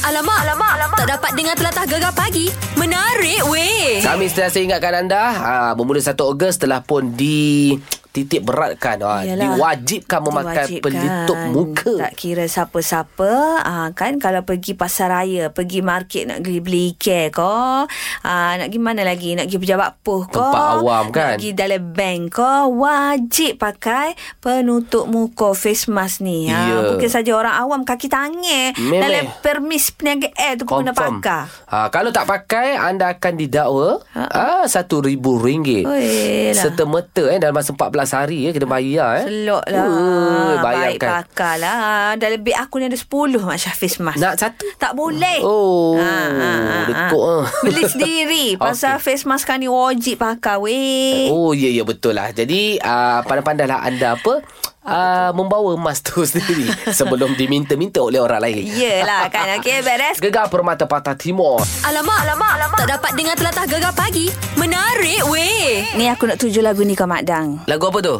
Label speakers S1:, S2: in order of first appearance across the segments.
S1: Alamak, alamak, alamak. Tak dapat dengar telatah gegar pagi. Menarik weh.
S2: Kami sentiasa ingatkan anda ha, Bermula 1 Ogos telah pun di titik beratkan ha,
S3: Yalah.
S2: Diwajibkan memakai
S3: Diwajibkan.
S2: pelitup muka
S3: Tak kira siapa-siapa ah, Kan kalau pergi pasar raya Pergi market nak beli, beli care ko ah, Nak pergi mana lagi Nak pergi pejabat poh ko
S2: Tempat awam,
S3: Nak
S2: kan?
S3: pergi dalam bank ko Wajib pakai penutup muka Face mask ni Ah,
S2: Ya.
S3: Bukan saja orang awam Kaki tangan
S2: Memeh.
S3: Dalam permis peniaga air tu pun kena pakai
S2: Ha, kalau tak pakai, anda akan didakwa ha, RM1,000.
S3: Oi lah.
S2: Serta merta eh, dalam masa 14 hari eh, kena bayar. Eh.
S3: Selok lah
S2: Ui,
S3: Baik
S2: bayangkan.
S3: pakar lah Dah lebih aku ni ada 10 Mak Syah face mask
S2: Nak satu?
S3: Tak boleh Ah,
S2: Oh,
S3: Ha,
S2: dekuk ah.
S3: Beli sendiri Pasal face mask kan ni Wajib pakai weh
S2: Oh, ya, ya, betul lah. Jadi, uh, pandai-pandailah anda apa... Uh, membawa emas tu sendiri sebelum diminta-minta oleh orang lain.
S3: Yelah kan Okay beres
S2: Gegar Permata Patah Timur.
S1: Alamak, alamak, alamak. Tak dapat dengar telatah gegar pagi. Menarik weh.
S3: Ni aku nak tuju lagu ni kau Mak Dang
S2: Lagu apa tu?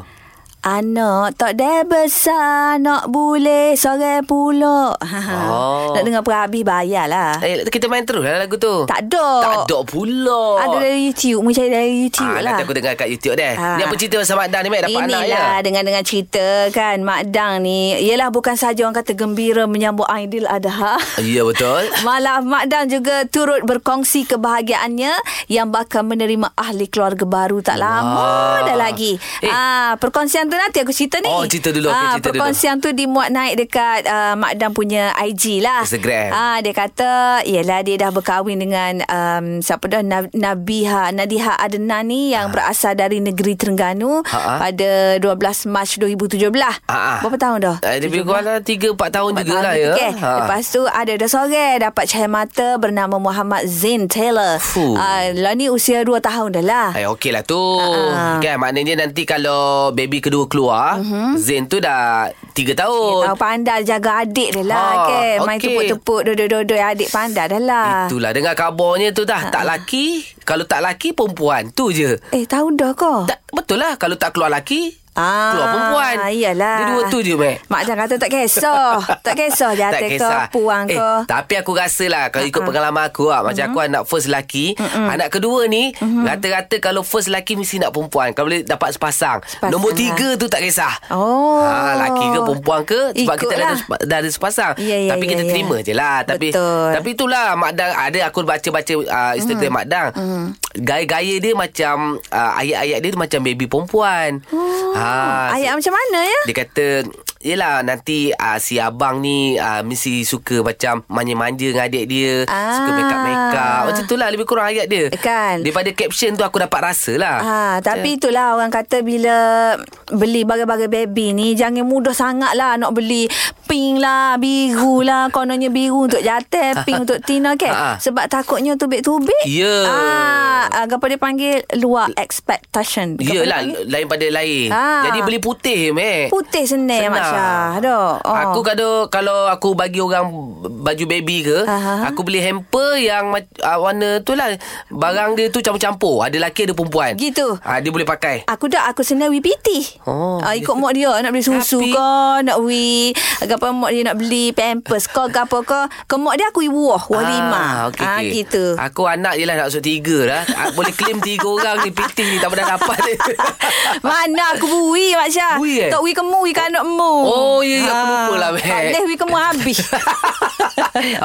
S3: Anak tak dah besar Nak boleh Sore pula
S2: Oh.
S3: Nak dengar perabi bayar lah
S2: Eh, kita main terus lah lagu tu.
S3: Tak ada
S2: Tak ada pula.
S3: Ada dari YouTube Mu cari dari YouTube
S2: Ah,
S3: lah
S2: nanti aku dengar kat YouTube deh.
S3: Ah. lah.
S2: Ni apa cerita pasal Mak Dan ni, Mek? Dapat anak ya?
S3: Inilah dengan-dengan cerita kan Mak Dang ni Yelah bukan sahaja orang kata gembira menyambut Aidil Adha
S2: Ya, betul.
S3: Malah Mak Dang juga turut berkongsi kebahagiaannya Yang bakal menerima ahli keluarga baru tak lama
S2: Wah.
S3: dah lagi
S2: Eh.
S3: eh. ah, Perkongsian tu nanti aku cerita ni Ah,
S2: Oh, cerita dulu. Okey, cerita dulu.
S3: Perkongsian tu dimuat naik dekat uh, Mak Dang punya IG lah
S2: Instagram.
S3: ah, Dia kata Yelah dia dah berkahwin dengan um, Siapa dah Nab- Nabiha Nadiha Adnan ni
S2: Ah.
S3: Yang berasal dari negeri Terengganu
S2: Ha, ha.
S3: Pada 12 Mac 2017
S2: Ah, ah.
S3: Berapa tahun dah?
S2: Eh, lebih kurang lah 3-4 tahun
S3: Empat
S2: juga
S3: tahun
S2: lah
S3: gitu,
S2: ya.
S3: kan? Lepas tu ada dah sore dapat cahaya mata bernama Muhammad Zain Taylor.
S2: Fuh.
S3: Uh, lah ni usia 2 tahun dah lah.
S2: Eh, okey lah tu.
S3: Ah.
S2: Kan, maknanya nanti kalau baby kedua keluar,
S3: Mhm.
S2: Zain tu dah 3 tahun.
S3: Tahu pandai jaga adik dah lah
S2: Ah,
S3: ha, kan. Main
S2: okey.
S3: tepuk-tepuk dodoi-dodoi adik pandai dah lah.
S2: Itulah, dengar kabarnya tu dah. Tak
S3: Ah.
S2: laki, kalau tak laki, perempuan. Tu je.
S3: Eh tahu dah kau?
S2: Tak, betul lah, kalau tak keluar laki,
S3: Ah,
S2: keluar perempuan.
S3: Iyalah.
S2: Dia dua tu je, Mek.
S3: Mak Jan kata tak kisah. tak kisah jatuh kau, puang
S2: eh,
S3: kau.
S2: Tapi aku rasa lah Kalau ikut pengalaman aku lah, Macam aku
S3: Mm-hmm.
S2: anak first lelaki Anak kedua ni Rata-rata kalau first lelaki Mesti nak perempuan Kalau boleh dapat sepasang,
S3: Sepasang
S2: Nombor
S3: lah.
S2: tiga tu tak kisah
S3: Oh.
S2: ha, Laki ke perempuan ke Sebab kita dah ada,
S3: Ikutlah.
S2: sepa- dah ada sepasang
S3: Ya, ya,
S2: Tapi
S3: ya,
S2: kita
S3: ya.
S2: terima je lah Tapi
S3: Betul. Mm-hmm.
S2: Tapi itulah Mak Dang Ada aku baca-baca uh, Instagram Mak Dang Gaya-gaya dia macam uh, Ayat-ayat dia tu macam baby perempuan oh. ha,
S3: Ayat macam mana ya?
S2: dia kata Yelah nanti uh, si abang ni uh, Mesti suka macam Manja-manja dengan adik dia ah.
S3: Ah.
S2: Suka make up-make up Macam tu lah lebih kurang ayat dia
S3: Kan.
S2: Daripada caption tu aku dapat rasa lah
S3: Ha, tapi itulah orang kata bila beli barang-barang baby ni jangan mudah sangat lah nak beli pink lah, biru lah, kononnya biru untuk jantan, pink untuk tina kan.
S2: Ha, ha.
S3: Sebab takutnya tubik-tubik.
S2: Ya.
S3: Ah, ah, apa dia panggil luar expectation. Apa dia
S2: Yelah
S3: panggil?
S2: Ya lah, lain pada lain
S3: Ah.
S2: Jadi beli putih meh
S3: Putih senang Mak Syah. Aduh.
S2: Oh. Aku kadang kalau aku bagi orang baju baby ke,
S3: Aha.
S2: aku beli hamper yang mac- ah, warna tu lah. Barang dia tu campur-campur. Ada lelaki, ada perempuan.
S3: Gitu.
S2: Ah, dia boleh pakai.
S3: Aku dah aku senang WPT.
S2: Oh.
S3: Oh, uh, ikut mak dia nak beli susu
S2: Tapi-
S3: Tapi, ke, nak we apa mak dia nak beli pampers ke ke apa ke. Ke mak dia aku wah, wah lima.
S2: Ah, okey,
S3: ah
S2: okey.
S3: gitu.
S2: Aku anak je lah nak masuk tiga lah. Ah, Boleh claim tiga orang ni PT ni tak pernah dapat.
S3: Mana aku bui Mak Syah
S2: Bui, eh?
S3: Tak bui kemu Bui kan anak mu
S2: Oh, ya, ya, aku lupa lah, Mek.
S3: Tak boleh bui kemu habis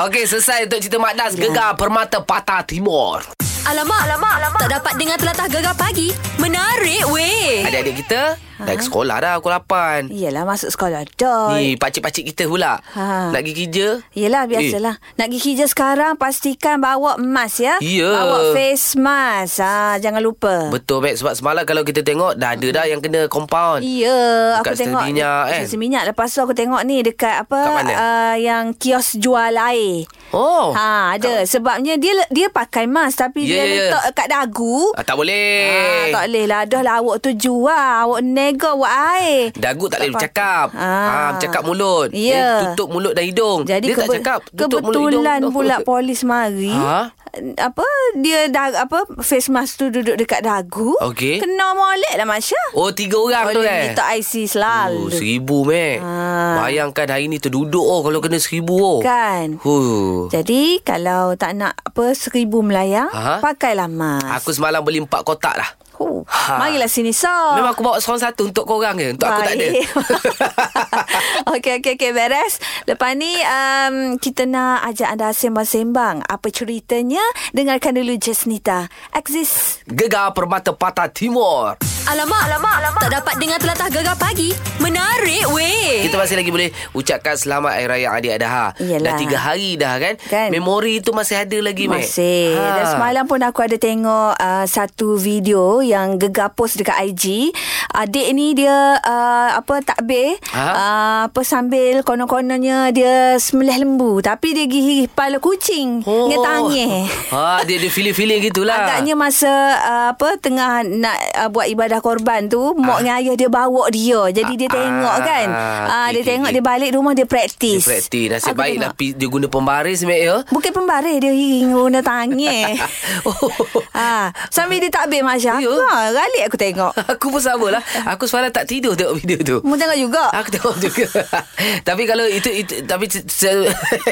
S2: Okey, selesai untuk cerita Mak Das.
S3: Ya.
S2: Gegar Permata Patah Timur.
S1: Alamak, alamak, alamak. Tak dapat dengar telatah gegar pagi. Menarik
S3: Eh.
S1: weh.
S2: Adik-adik kita
S3: Ha.
S2: dah ke sekolah dah pukul 8.
S3: Yelah masuk sekolah dah
S2: Ni pakcik-pakcik kita pula.
S3: Ha.
S2: Nak pergi kerja.
S3: Yelah biasalah eh. Nak pergi kerja sekarang Pastikan bawa emas ya
S2: Ya.
S3: Bawa face mask ha, Jangan lupa
S2: Betul, Mek. Sebab semalam kalau kita tengok, dah ada dah yang kena compound.
S3: Iya, Ya, aku
S2: Dekat
S3: tengok
S2: stesen minyak, kan?
S3: Stesen minyak. Lepas tu aku tengok ni dekat apa
S2: Kat mana?
S3: Uh, yang kios jual air.
S2: Oh.
S3: Ha, ada. Sebabnya dia dia pakai mask tapi
S2: Ya,
S3: dia
S2: ya, ya.
S3: letak kat dagu.
S2: Ah, tak boleh.
S3: Ah, tak boleh lah. Dah lah awak tu jual. Awak nego awak air.
S2: Dagu tak boleh
S3: Tak
S2: bercakap.
S3: patut. Ah.
S2: Ah. bercakap mulut.
S3: Ya.
S2: Dia tutup mulut dan hidung.
S3: Jadi
S2: dia tak
S3: kebe-
S2: cakap. Tutup mulut hidung.
S3: kebetulan pula polis mari.
S2: Ha?
S3: apa dia dah apa face mask tu duduk dekat dagu.
S2: Okey.
S3: Kena molek lah Masya.
S2: Oh tiga orang tu eh
S3: Kita IC selalu.
S2: Oh, seribu meh
S3: Ah.
S2: Bayangkan hari ni terduduk oh Kalau kena seribu oh
S3: Kan.
S2: Huh.
S3: Jadi kalau tak nak apa seribu melayang,
S2: Aha.
S3: pakailah mask.
S2: Aku semalam beli empat kotak lah
S3: Huh.
S2: Ha.
S3: Marilah sini sah.
S2: Memang aku bawa seorang satu Untuk korang je Untuk aku tak ada
S3: okey, okey, okey. Beres. Lepas ni, um, kita nak ajak anda sembang-sembang. Apa ceritanya? Dengarkan dulu Jasnita. Axis.
S2: Gegar Permata Patah Timur
S1: Alamak, alamak, alamak. Tak dapat dengar telatah gegar pagi. Menarik weh.
S2: Kita masih lagi boleh ucapkan selamat Hari Raya Adi Adha.
S3: Eh. Iyalah.
S2: Dah tiga hari dah kan.
S3: Kan.
S2: Memori tu masih ada lagi, Mek. Ha.
S3: Masih. Dan semalam pun aku ada tengok uh, satu video yang gegar post dekat IG. Adik ni dia uh, apa takbir
S2: Ha?
S3: uh, apa sambil konon-kononnya dia sembelih lembu tapi dia gigih kepala kucing. Oh. Dia tangih.
S2: Ha, dia dia feeling-feeling gitulah.
S3: Agaknya masa uh, apa tengah nak uh, buat ibadah korban tu mak dengan ayah dia bawa dia. Jadi dia
S2: Ha. Ah,
S3: tengok kan.
S2: ah,
S3: Ah uh, dia
S2: okey,
S3: tengok
S2: okey.
S3: dia balik rumah dia
S2: Dia
S3: praktis.
S2: praktis. Nasib
S3: Aku
S2: baiklah
S3: tengok.
S2: pi- dia guna pembaris, Mek ya.
S3: Bukan pembaris dia hing guna tangan.
S2: Oh.
S3: ha, sambil dia takbir Masya.
S2: Ya.
S3: Ha, galik aku tengok.
S2: Aku pun sama lah. Aku semalam tak tidur tengok video tu.
S3: Mu tengok juga.
S2: Aku tengok juga Tapi kalau itu, itu Tapi se, se,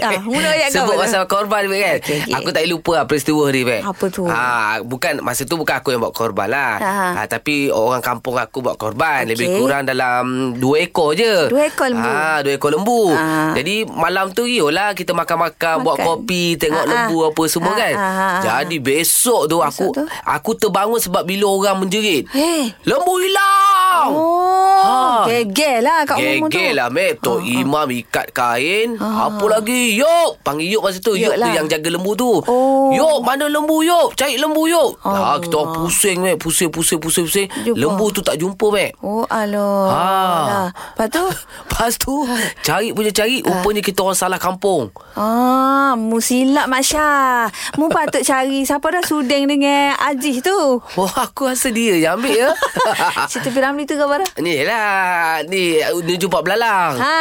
S3: Ah, mula ayat kau
S2: Sebut
S3: pula.
S2: pasal korban Beb, kan
S3: Okey, okey.
S2: Aku tak boleh lupa lah Peristiwa ni Beb.
S3: Apa tu?
S2: ha, Bukan Masa tu bukan aku yang buat korban lah
S3: Ha, ha.
S2: ha, Tapi orang kampung aku buat korban
S3: Okey.
S2: Lebih kurang dalam Dua ekor je
S3: Dua ekor lembu.
S2: ha, Dua ekor lembu
S3: Ah.
S2: Jadi malam tu Yolah kita makan-makan Buat
S3: Makan.
S2: kopi
S3: Ah,
S2: Tengok
S3: ah.
S2: lembu apa
S3: Ah,
S2: semua kan
S3: ah, ah, ah.
S2: Jadi besok tu Aku
S3: tu?
S2: aku terbangun sebab bila orang menjerit
S3: Hei.
S2: Lembu hilang
S3: Oh,
S2: Ha.
S3: gegel lah kat umur tu. Ha,
S2: Gegel lah Mek Tok Imam ikat kain Apa lagi Yop Panggil Yop masa tu
S3: Yop
S2: Yop tu
S3: lah.
S2: yang jaga lembu tu
S3: Oh.
S2: Yop mana lembu Yop Cari lembu Yop
S3: Allah.
S2: Ha, Kita orang pusing Mek Pusing pusing pusing pusing
S3: Jumpa.
S2: Lembu tu tak jumpa Mek
S3: Oh, aloh.
S2: Ha.
S3: Alah. Lepas tu,
S2: Lepas tu
S3: Ha.
S2: Cari punya cari Rupanya kita orang salah kampung
S3: Ah, mu silap Masya. Mu patut cari siapa dah sudeng dengan Aziz tu.
S2: Wah aku rasa dia yang ambil ya
S3: Cerita Piramli tu khabar dah.
S2: Ni lah Ni Dia jumpa belalang
S3: Ha,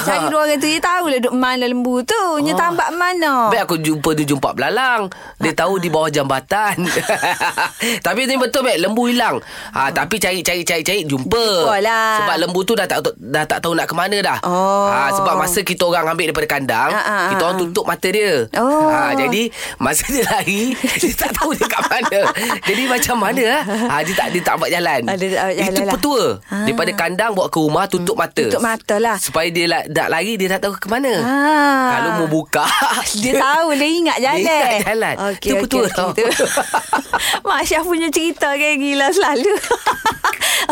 S2: Ah.
S3: cari dua orang tu dia tahu lah duk mana lembu tu. Nya tambak mana.
S2: Baik aku jumpa dia jumpa belalang. Dia tahu di bawah jambatan. tapi ni betul baik lembu hilang.
S3: Hmm.
S2: Ha, tapi cari cari cari cari jumpa.
S3: Jumpalah.
S2: Sebab lembu tu dah tak dah tak tahu nak ke mana
S3: lah.
S2: dah.
S3: Oh.
S2: Ha, sebab masa kita orang ambil daripada kandang,
S3: Ah, ah,
S2: kita
S3: ah,
S2: orang
S3: ah.
S2: tutup mata dia.
S3: Oh.
S2: Ha, jadi masa dia lari, dia tak tahu dia kat mana. jadi macam mana ah? Ha, dia tak dia tak buat jalan.
S3: Ah, dia tak buat jalan
S2: Itu
S3: lah.
S2: petua.
S3: Ah.
S2: Daripada kandang bawa ke rumah tutup mata.
S3: tutup mata lah.
S2: Supaya dia la- tak lari dia tak tahu ke mana.
S3: Ah.
S2: Kalau mau buka
S3: Dia tahu dia ingat jalan.
S2: Dia ingat jalan.
S3: Okey,
S2: Tu
S3: okey,
S2: betul tau.
S3: okey, tu. Mak Syah punya cerita kan gila selalu.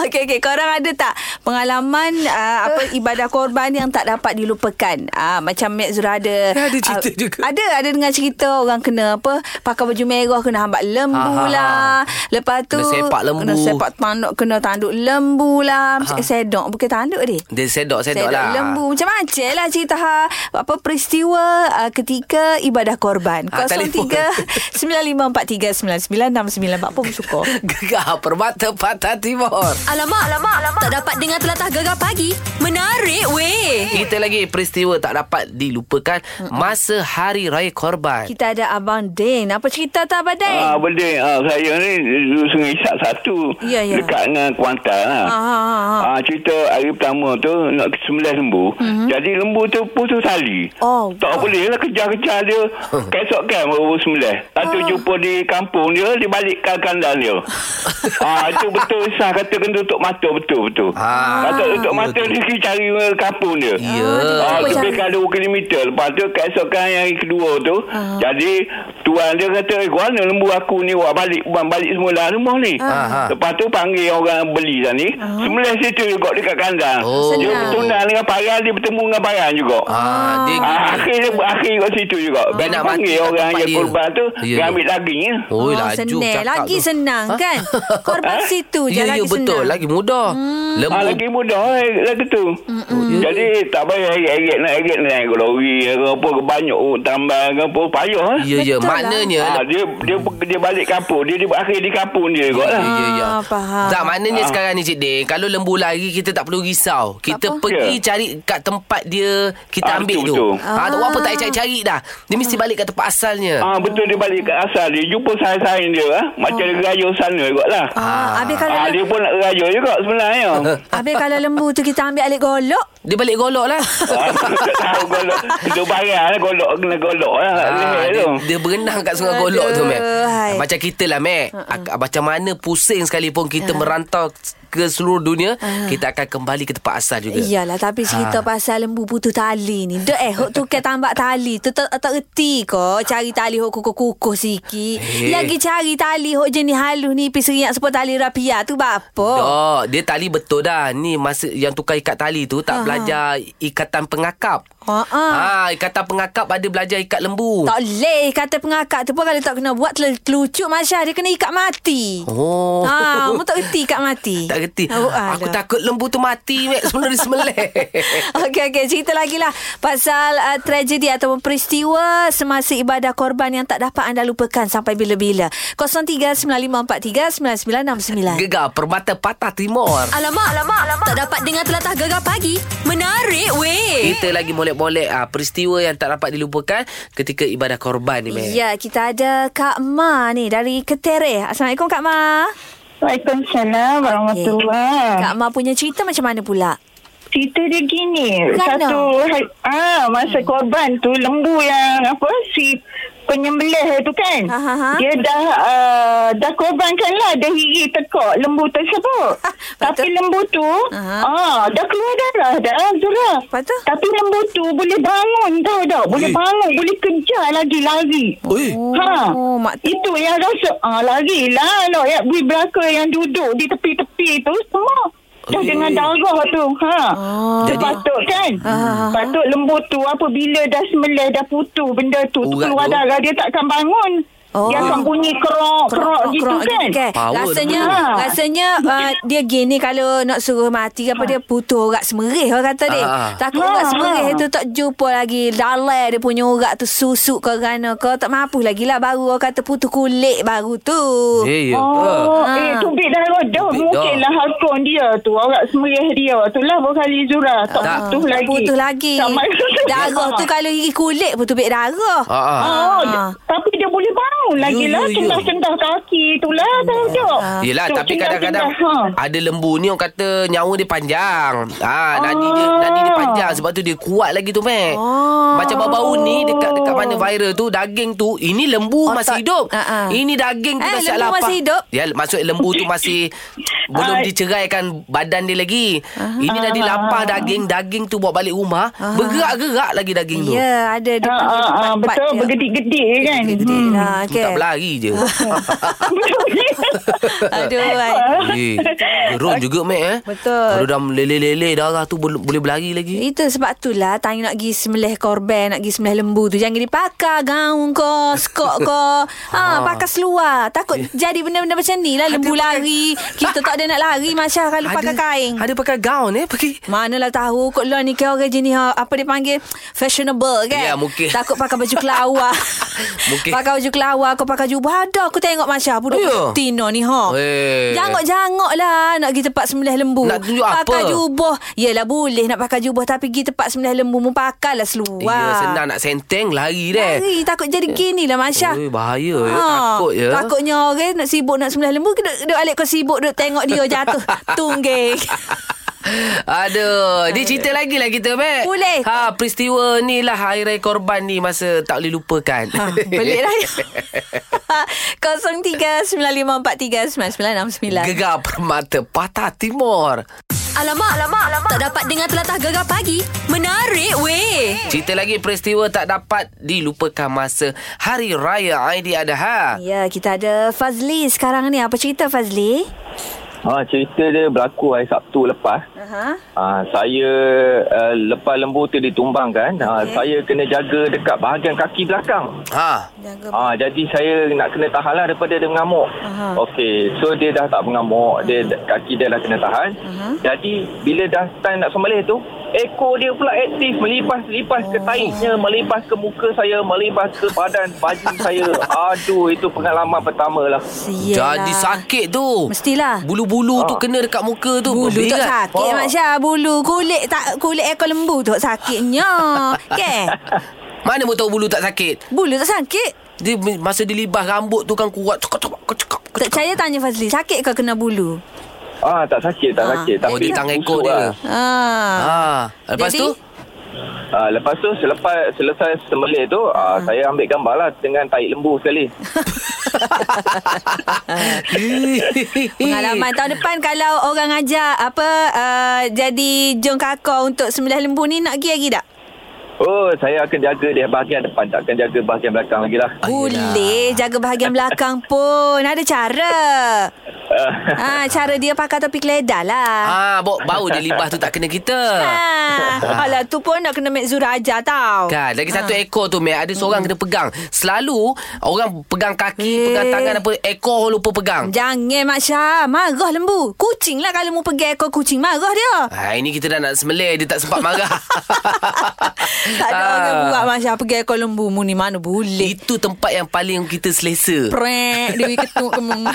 S3: okey okey korang ada tak pengalaman uh, apa ibadah korban yang tak dapat dilupakan? Ah uh, macam Mek Zura ada
S2: Ada cerita
S3: ah,
S2: juga.
S3: Ada ada dengar cerita orang kena apa pakai baju merah kena hambat lembu
S2: Ha, ha, ha.
S3: lah. Lepas tu
S2: Kena sepak lembu.
S3: Kena sepak tanduk kena tanduk lembu lah.
S2: Ha.
S3: Sedok bukan tanduk dia.
S2: Dia sedok-sedok
S3: Sedok
S2: lah
S3: lembu Macam macam lah cerita ha, Apa peristiwa uh, ketika ibadah korban
S2: Ah, telefon.
S3: 03 9543 9969 Pak pun suka
S2: Gegar Permata Patah Timur
S1: Alamak, alamak, alamak. Tak dapat dengar telatah gegar pagi. Menarik weh.
S2: Kita lagi peristiwa tak dapat dilupakan Masa Hari Raya Korban
S3: Kita ada Abang Din Apa cerita tu Abang Din?
S4: Ah, boleh. Ah, saya ni dulu Sungai Isak satu.
S3: Ya, ya.
S4: Dekat dengan Kuantan lah.
S3: Ah, ah, ah, ah.
S4: Ah, cerita hari pertama tu nak sembelih lembu. Jadi lembu tu putus tali.
S3: Mhm. Oh.
S4: Tak boleh lah kejar-kejar dia. Kesok kan baru sembelih. Lepas tu
S3: Ah.
S4: jumpa di kampung dia, dia balik ke kandang dia. ah, itu betul Isah kata kena tutup mata betul-betul.
S2: Ah.
S4: Kata tutup mata dia pergi cari eh, kampung dia.
S2: Ya.
S4: Ah,
S3: Apa
S4: lebih
S3: cara?
S4: kalau kilometer. Lepas tu keesokan yang kedua tu.
S2: Ah.
S4: Jadi tuan dia kata, eh mana lembu aku ni awak balik buang balik semula rumah ni.
S2: Ah.
S4: Lepas tu panggil orang beli lah ni. Sembelih situ juga dekat kandang.
S2: Oh.
S4: Dia
S3: Senang.
S4: bertunang dengan parang, dia bertemu dengan parang juga.
S2: Ah, dia
S4: Ah, akhirnya berakhir kat situ juga.
S2: Dia nak
S4: Dia
S2: mati
S4: panggil
S2: kat
S4: orang
S2: tempat
S4: yang
S2: dia.
S4: korban tu,
S2: Ya,
S4: dia
S2: ya.
S4: ambil dagingnya.
S2: Oi, laju
S3: Ah, senang.
S2: cakap
S3: Lagi
S2: tu.
S3: senang
S2: Ha?
S3: kan Korban situ je
S2: Ya, ya
S3: lagi
S2: betul
S3: senang
S2: lagi muda. Hmm.
S4: Ah,
S2: Lembu.
S4: lagi mudah eh, lagu tu.
S2: Oh, ya.
S4: Mm-mm. Jadi tak payah erik-erik nak erik naik lori ke apa ke banyak oh, tambah ke apa payah eh.
S2: Ya, ya.
S3: Betul lah.
S2: Maknanya...
S4: Ah, dia dia dia balik kampung, dia dia akhir di kampung dia kot lah.
S2: Ya, ya.
S3: Ah, faham.
S2: Tak, maknanya
S4: Ah.
S2: sekarang ni Cik Din, kalau lembu lari kita tak perlu risau. Kita
S3: Apa?
S2: pergi
S4: Ya.
S2: cari kat tempat dia, kita
S4: Ah,
S2: ambil
S4: betul,
S2: tu.
S4: betul.
S2: Ha, ah. orang pun tak payah cari-cari dah. Dia mesti balik kat tempat asalnya.
S4: Ah betul dia balik ke asal dia jumpa saing-saing dia ah macam dia raya sana kot lah.
S3: Ah, habis kalau
S4: Ah dia pun nak raya juga sebenarnya.
S3: habis kalau lembu tu kita ambil alik golok.
S2: Dia balik golok lah.
S4: Ah, tak tahu golok Kena barang lah Golok kena golok lah
S2: Ah,
S4: Leher
S2: dia,
S4: tu
S2: dia berenang kat sungai golok tu, Mac.
S3: Aduhai.
S2: Macam kita lah, Mac.
S3: Ah,
S2: Uh-uh. Macam mana pusing sekalipun kita uh. merantau ke seluruh dunia, uh. kita akan kembali ke tempat asal juga.
S3: Ah. Iyalah tapi
S2: Ah.
S3: cerita ha. pasal lembu putus tali ni. Dek eh hok tu ke tambak tali. Tu tak tak reti ko cari tali hok kukuh-kukuh sikit.
S2: Eh.
S3: Lagi cari tali hok jenis halus ni pis riak sepo tali rapia tu bapo.
S2: Oh, dia tali betul dah. Ni masa yang tukar ikat tali tu
S3: Ah,
S2: tak belajar ikatan pengakap.
S3: Ha ah.
S2: Ha, ikatan pengakap ada belajar ikat lembu.
S3: Tak leh kata pengakak tu pun kalau tak kena buat tel- telucuk Masya dia kena ikat mati.
S2: Oh.
S3: Ha, mu tak reti ikat mati.
S2: Tak reti.
S3: Oh,
S2: Aku
S3: alah.
S2: takut lembu tu mati, Mek, sebelum dia semelih.
S3: Okey okey cerita lagi lah pasal uh, tragedi ataupun peristiwa semasa ibadah korban yang tak dapat anda lupakan sampai bila-bila. 0395439969.
S2: Gegar Permata Patah
S3: Eh.
S2: Timur.
S1: Alamak, alamak, alamak. Tak dapat dengar telatah gegar pagi. Menarik weh.
S2: Kita lagi molek-molek ah, peristiwa yang tak dapat dilupakan ketika ibadah korban ni, Mek.
S3: Ya, kita ada Kak Ma ni dari Ketereh. Assalamualaikum Kak Ma.
S5: Waalaikumsalam
S3: Okey.
S5: warahmatullahi
S3: Kak Ma punya cerita macam mana pula?
S5: Cerita dia gini
S3: Kerana?
S5: Satu hari- ah, Masa
S3: Hmm.
S5: korban tu Lembu yang apa Si penyembelih tu kan
S3: Ha, ha, ha.
S5: Dia dah uh, Dah korbankan lah Dah hiri tekok Lembu tersebut Tapi
S3: Betul.
S5: lembu tu
S3: Ha.
S5: ah, Dah keluar darah dah Zura
S3: Lepas tu?
S5: Tapi lembu tu Boleh bangun tau tak Boleh
S2: Eh.
S5: bangun Boleh kejar lagi lari
S2: Oi.
S5: Ha.
S3: Oh, mak tu.
S5: Itu yang rasa ah lari lah no, ya, bui belaka yang duduk di tepi-tepi tu semua dah
S2: Eh.
S5: dengan darah tu. Ha.
S3: Oh.
S5: Dia
S2: Jadi-
S5: patut kan?
S3: Ah.
S5: Patut lembu tu apabila dah semelih dah putus benda tu, tu
S2: Urat
S5: keluar
S2: tu.
S5: darah dia tak akan bangun.
S3: Oh.
S5: Dia akan bunyi kerok-kerok gitu kan?
S2: Power
S3: rasanya
S5: tu.
S3: ha. rasanya uh, dia gini kalau nak suruh mati ke
S5: Ha.
S3: apa dia putus urat semerih orang kata dia.
S2: Ah.
S3: Takut
S5: Ah.
S3: urat semerih tu tak jumpa lagi dalai dia punya urat tu susuk ke kerana kau tak mampu lagi lah baru orang kata putus kulit baru tu.
S2: Eh, ya.
S5: Oh,
S3: Ha.
S5: eh tubik dah rodoh.
S2: Tubik
S5: Mungkinlah hakun lah dia tu. Orang semerih dia tu lah berkali Zura. Tak
S2: Tak.
S5: putus
S3: Tak
S5: lagi.
S3: putus lagi.
S5: Tak maksud.
S3: Darah tu kalau gigi kulit pun tubik darah.
S2: Ah, ah.
S5: Oh,
S3: Ah.
S5: tapi dia boleh bangun lagi
S2: Ya,
S5: lah.
S2: ya, ya.
S5: Sendah-sendah kaki tu lah. Tahu tak?
S3: Ah,
S2: Yelah
S5: Tu,
S2: tapi
S5: sendah-sendah,
S2: kadang-kadang
S5: ha.
S2: Ada lembu ni orang kata Nyawa dia panjang ha, Nadi dia
S5: Ah.
S2: nadi dia panjang Sebab tu dia kuat lagi tu Mac
S3: Ah.
S2: Macam bau-bau ni Dekat dekat mana viral tu Daging tu Ini lembu
S3: Otot.
S2: masih hidup
S3: Ah, ah.
S2: Ini daging tu
S3: Eh,
S2: dah siap
S3: lembu
S2: lapar
S3: masih hidup?
S2: ya, Maksud lembu tu masih Belum
S5: Ah.
S2: diceraikan badan dia lagi
S3: Ah.
S2: Ini dah dilapar daging Daging tu bawa balik rumah Bergerak-gerak lagi daging tu
S3: Ya, ada dia
S5: Ha, ha,
S3: punya
S5: ha,
S3: tempat-tempat
S5: betul,
S3: dia.
S5: bergedik-gedik kan.
S3: Gede lah,
S2: Okay.
S3: okay.
S2: Hmm. Tak berlari je
S3: Aduh, ai.
S5: Hmm.
S2: Eh, gerun juga, Mac eh.
S3: Betul.
S2: Kalau dah meleleh-leleh darah tu bol- boleh berlari lagi.
S3: Itu sebab tu lah Tanya nak pergi semelih korban Nak pergi semelih lembu tu Jangan dipakai Gaun kau Skok kau ha, Pakai seluar Takut jadi benda-benda macam ni lah Lembu lari Kita tak ada nak lari Masya kalau pakai kain
S2: Ada pakai gaun eh, pakai.
S3: Manalah tahu Kot lah ni ke orang jenis ha, Apa dia panggil Fashionable kan
S2: Ya, mungkin.
S3: Takut pakai baju kelawar
S2: Mungkin.
S3: Pakai baju kelawar Kau pakai jubah Ada aku tengok Masya Budak
S2: Ya.
S3: yeah. Tino ni ha
S2: Eh.
S3: Jangok-jangok lah Nak pergi tempat sembelih lembu
S2: Nak tunjuk
S3: Pakai
S2: apa?
S3: jubah Yelah boleh nak pakai jubah Tapi pergi tempat sembelih lembu Mu pakailah seluar
S2: Ya, senang nak senteng lari deh.
S3: Lari Ha, takut jadi gini lah Masya
S2: Ui, bahaya ya, takut ya.
S3: Takutnya orang nak sibuk nak sembelih lembu Duduk, duduk alik kau sibuk Duduk tengok dia jatuh Tunggeng
S2: Aduh, dia cerita lagi lah kita, Mac.
S3: Boleh.
S2: Ha, peristiwa ni lah hari raya korban ni masa tak boleh lupakan.
S3: Ah, Pelik lah ya. 0395439969.
S2: Gegar Permata Patah Timur.
S1: Alamak, alamak, alamak. Tak dapat dengar telatah gegar pagi. Menarik weh.
S2: Cerita lagi peristiwa tak dapat dilupakan masa Hari Raya Aidiladha.
S3: Ya, kita ada Fazli sekarang ni. Apa cerita Fazli?
S6: Ha, cerita dia berlaku hari Sabtu lepas.
S3: Aha.
S6: Ha, saya uh, lepas lembu tu ditumbangkan. Ha, okay. Saya kena jaga dekat bahagian kaki belakang.
S2: Ha.
S3: Jaga.
S6: Ah, jadi saya nak kena tahan lah daripada dia mengamuk.
S3: Aha.
S6: Okey, so dia dah tak mengamuk, dia kaki dia dah kena tahan. Jadi bila dah time nak sembelih tu, ekor dia pula aktif melipas-lipas
S3: Oh.
S6: ke taiknya, melipas ke muka saya, melipas ke badan baju saya. Aduh, itu pengalaman pertama lah.
S3: Yelah.
S2: Jadi sakit tu.
S3: Mestilah.
S2: Bulu-bulu tu
S6: Ah.
S2: kena dekat muka tu.
S3: Bulu tak
S2: Berat.
S3: sakit oh. Mak Syah Bulu kulit tak kulit ekor lembu tu sakitnya Ke?
S2: Mana mu tahu bulu tak sakit?
S3: Bulu tak sakit
S2: Dia masa dilibas rambut tu kan kuat. Cekak, cekak, cekak, cekak.
S3: Tak percaya tanya Fazli Sakit ke kena bulu?
S6: Ah, tak sakit, tak
S3: Ah.
S6: sakit.
S2: Oh, di tangan ekor
S6: busuk
S2: dia.
S6: lah.
S3: Ah.
S2: Ha. Lepas
S3: Jadi?
S2: tu?
S6: Ah, lepas tu selepas selesai sembelih tu, ah, saya ambil gambar lah dengan taik lembu sekali.
S3: Pengalaman tahun depan kalau orang ajak apa uh, jadi jong kakao untuk sembelih lembu ni nak pergi lagi tak?
S6: Oh, saya akan jaga dia bahagian depan. Tak akan jaga bahagian belakang lagi lah.
S2: Ah,
S3: Boleh jaga bahagian belakang pun ada cara. ah cara dia pakai topi keledar lah.
S2: Ah, bau, bau dia libas tu tak kena kita.
S3: Ah. Alah tu pun nak kena make Zura ajar tau. Ah.
S2: Kan, lagi satu ekor tu Mek, ada seorang
S3: Hmm.
S2: kena pegang. Selalu orang pegang kaki,
S3: Eh.
S2: pegang tangan apa, ekor lupa pegang.
S3: Jangan Mak Syah Marah lembu Kucing lah kalau mu pergi ekor kucing Marah dia
S2: Ha, ini kita dah nak sembelih dia tak sempat marah.
S3: Tak ada orang buat Mak Syah Pergi ekor lembu mu ni mana boleh
S2: Ah. Itu tempat yang paling kita selesa.
S3: Prek Dewi ketuk kemung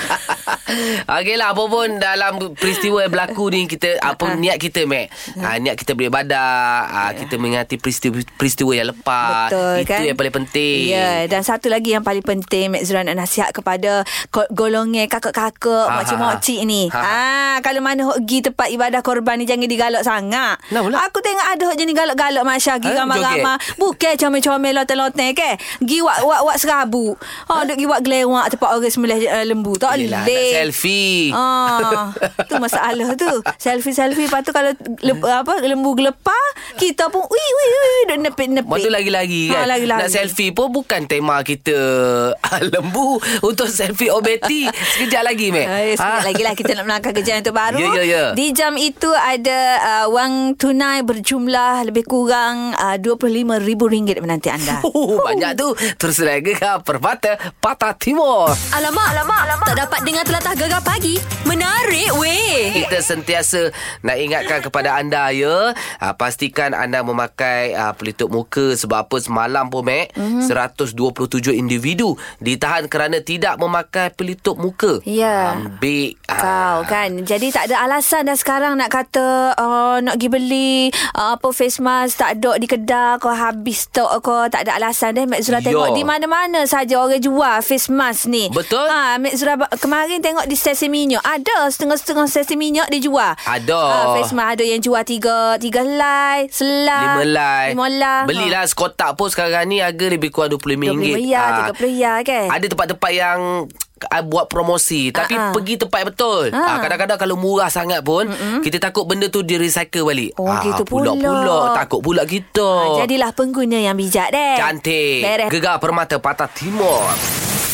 S3: Hmm.
S2: Okeylah lah, apa pun dalam peristiwa yang berlaku ni kita
S3: Ah,
S2: apa niat kita Mac.
S3: Hmm.
S2: Ha, niat kita beribadah, ha, kita mengingati peristiwa peristiwa yang lepas.
S3: Betul
S2: Itu
S3: kan
S2: yang paling penting.
S3: Ya Dan satu lagi yang paling penting Mek Zuran nak nasihat kepada ko- Golongan kakak-kakak
S2: Ha,
S3: Makcik-makcik
S2: ha, ha.
S3: ni
S2: Ha, ha.
S3: ah, Kalau mana hok pergi tempat ibadah korban ni Jangan digalak sangat
S2: Kenapa pula?
S3: Aku tengok ada hok jenis galak-galak Mak Syah Pergi
S2: Eh,
S3: ramai-ramai Bukan comel-comel Lotel-lotel ke Pergi wak-wak serabu ha, Duk pergi wak gelewak Tempat orang sembelih eh, lembu Tak boleh
S2: Yelah, nak selfie.
S3: Ah, tu masalah tu. Selfie-selfie lepas tu kalau le, apa lembu gelepah, kita pun ui ui ui duk nepit-nepit.
S2: Waktu lagi-lagi kan
S3: Ha, lagi-lagi.
S2: Nak selfie pun Bukan tema kita Ah, Lembu Untuk selfie obeti Sekejap lagi Mac
S3: Eh,
S2: Ah.
S3: sekejap lagi lah kita nak melangkah kerjaan tu baru.
S2: Ya, ya, ya.
S3: Di jam itu ada uh, wang tunai berjumlah lebih kurang uh, RM25,000 menanti anda.
S2: Oh, banyak tu Terus rega Permata Patah Timur
S1: Alamak, alamak, alamak. Tak dapat dengar telatah gegar pagi. Menarik weh.
S2: kita sentiasa nak ingatkan kepada anda ya ha, pastikan anda memakai ha, pelitup muka sebab apa semalam pun Mac
S3: Mhm.
S2: mm-hmm. 127 individu ditahan kerana tidak memakai pelitup muka
S3: Ya.
S2: ambil ah,
S3: Kau kan Jadi tak ada alasan dah sekarang Nak kata uh, Nak pergi beli uh, Apa face mask Tak ada di kedai Kau habis stok kau Tak ada alasan deh Mek Zura
S2: Ya.
S3: tengok Di mana-mana saja Orang jual face mask ni
S2: Betul.
S3: ha, Mek Zura ba- kemarin tengok Di stesen minyak Ada setengah-setengah stesen minyak Dia jual
S2: Ada.
S3: ha, Face mask ada yang jual Tiga Tiga helai Selai
S2: Lima lai
S3: Lima lah. Ah, Ha. lai
S2: Belilah sekotak pun sekarang ni Harga lebih kurang RM25
S3: RM20 ya, RM30 kan?
S2: Ada tempat-tempat yang ah, buat promosi
S3: Ah,
S2: tapi
S3: ah.
S2: uh-huh. pergi tempat yang betul.
S3: Ah.
S2: Ah. kadang-kadang kalau murah sangat pun mm-hmm. kita takut benda tu di recycle balik.
S3: Oh, gitu pula.
S2: pula takut pula kita.
S3: ha, Jadilah pengguna yang bijak deh
S2: Cantik.
S3: Beres
S2: Gegar Permata Patah Timur.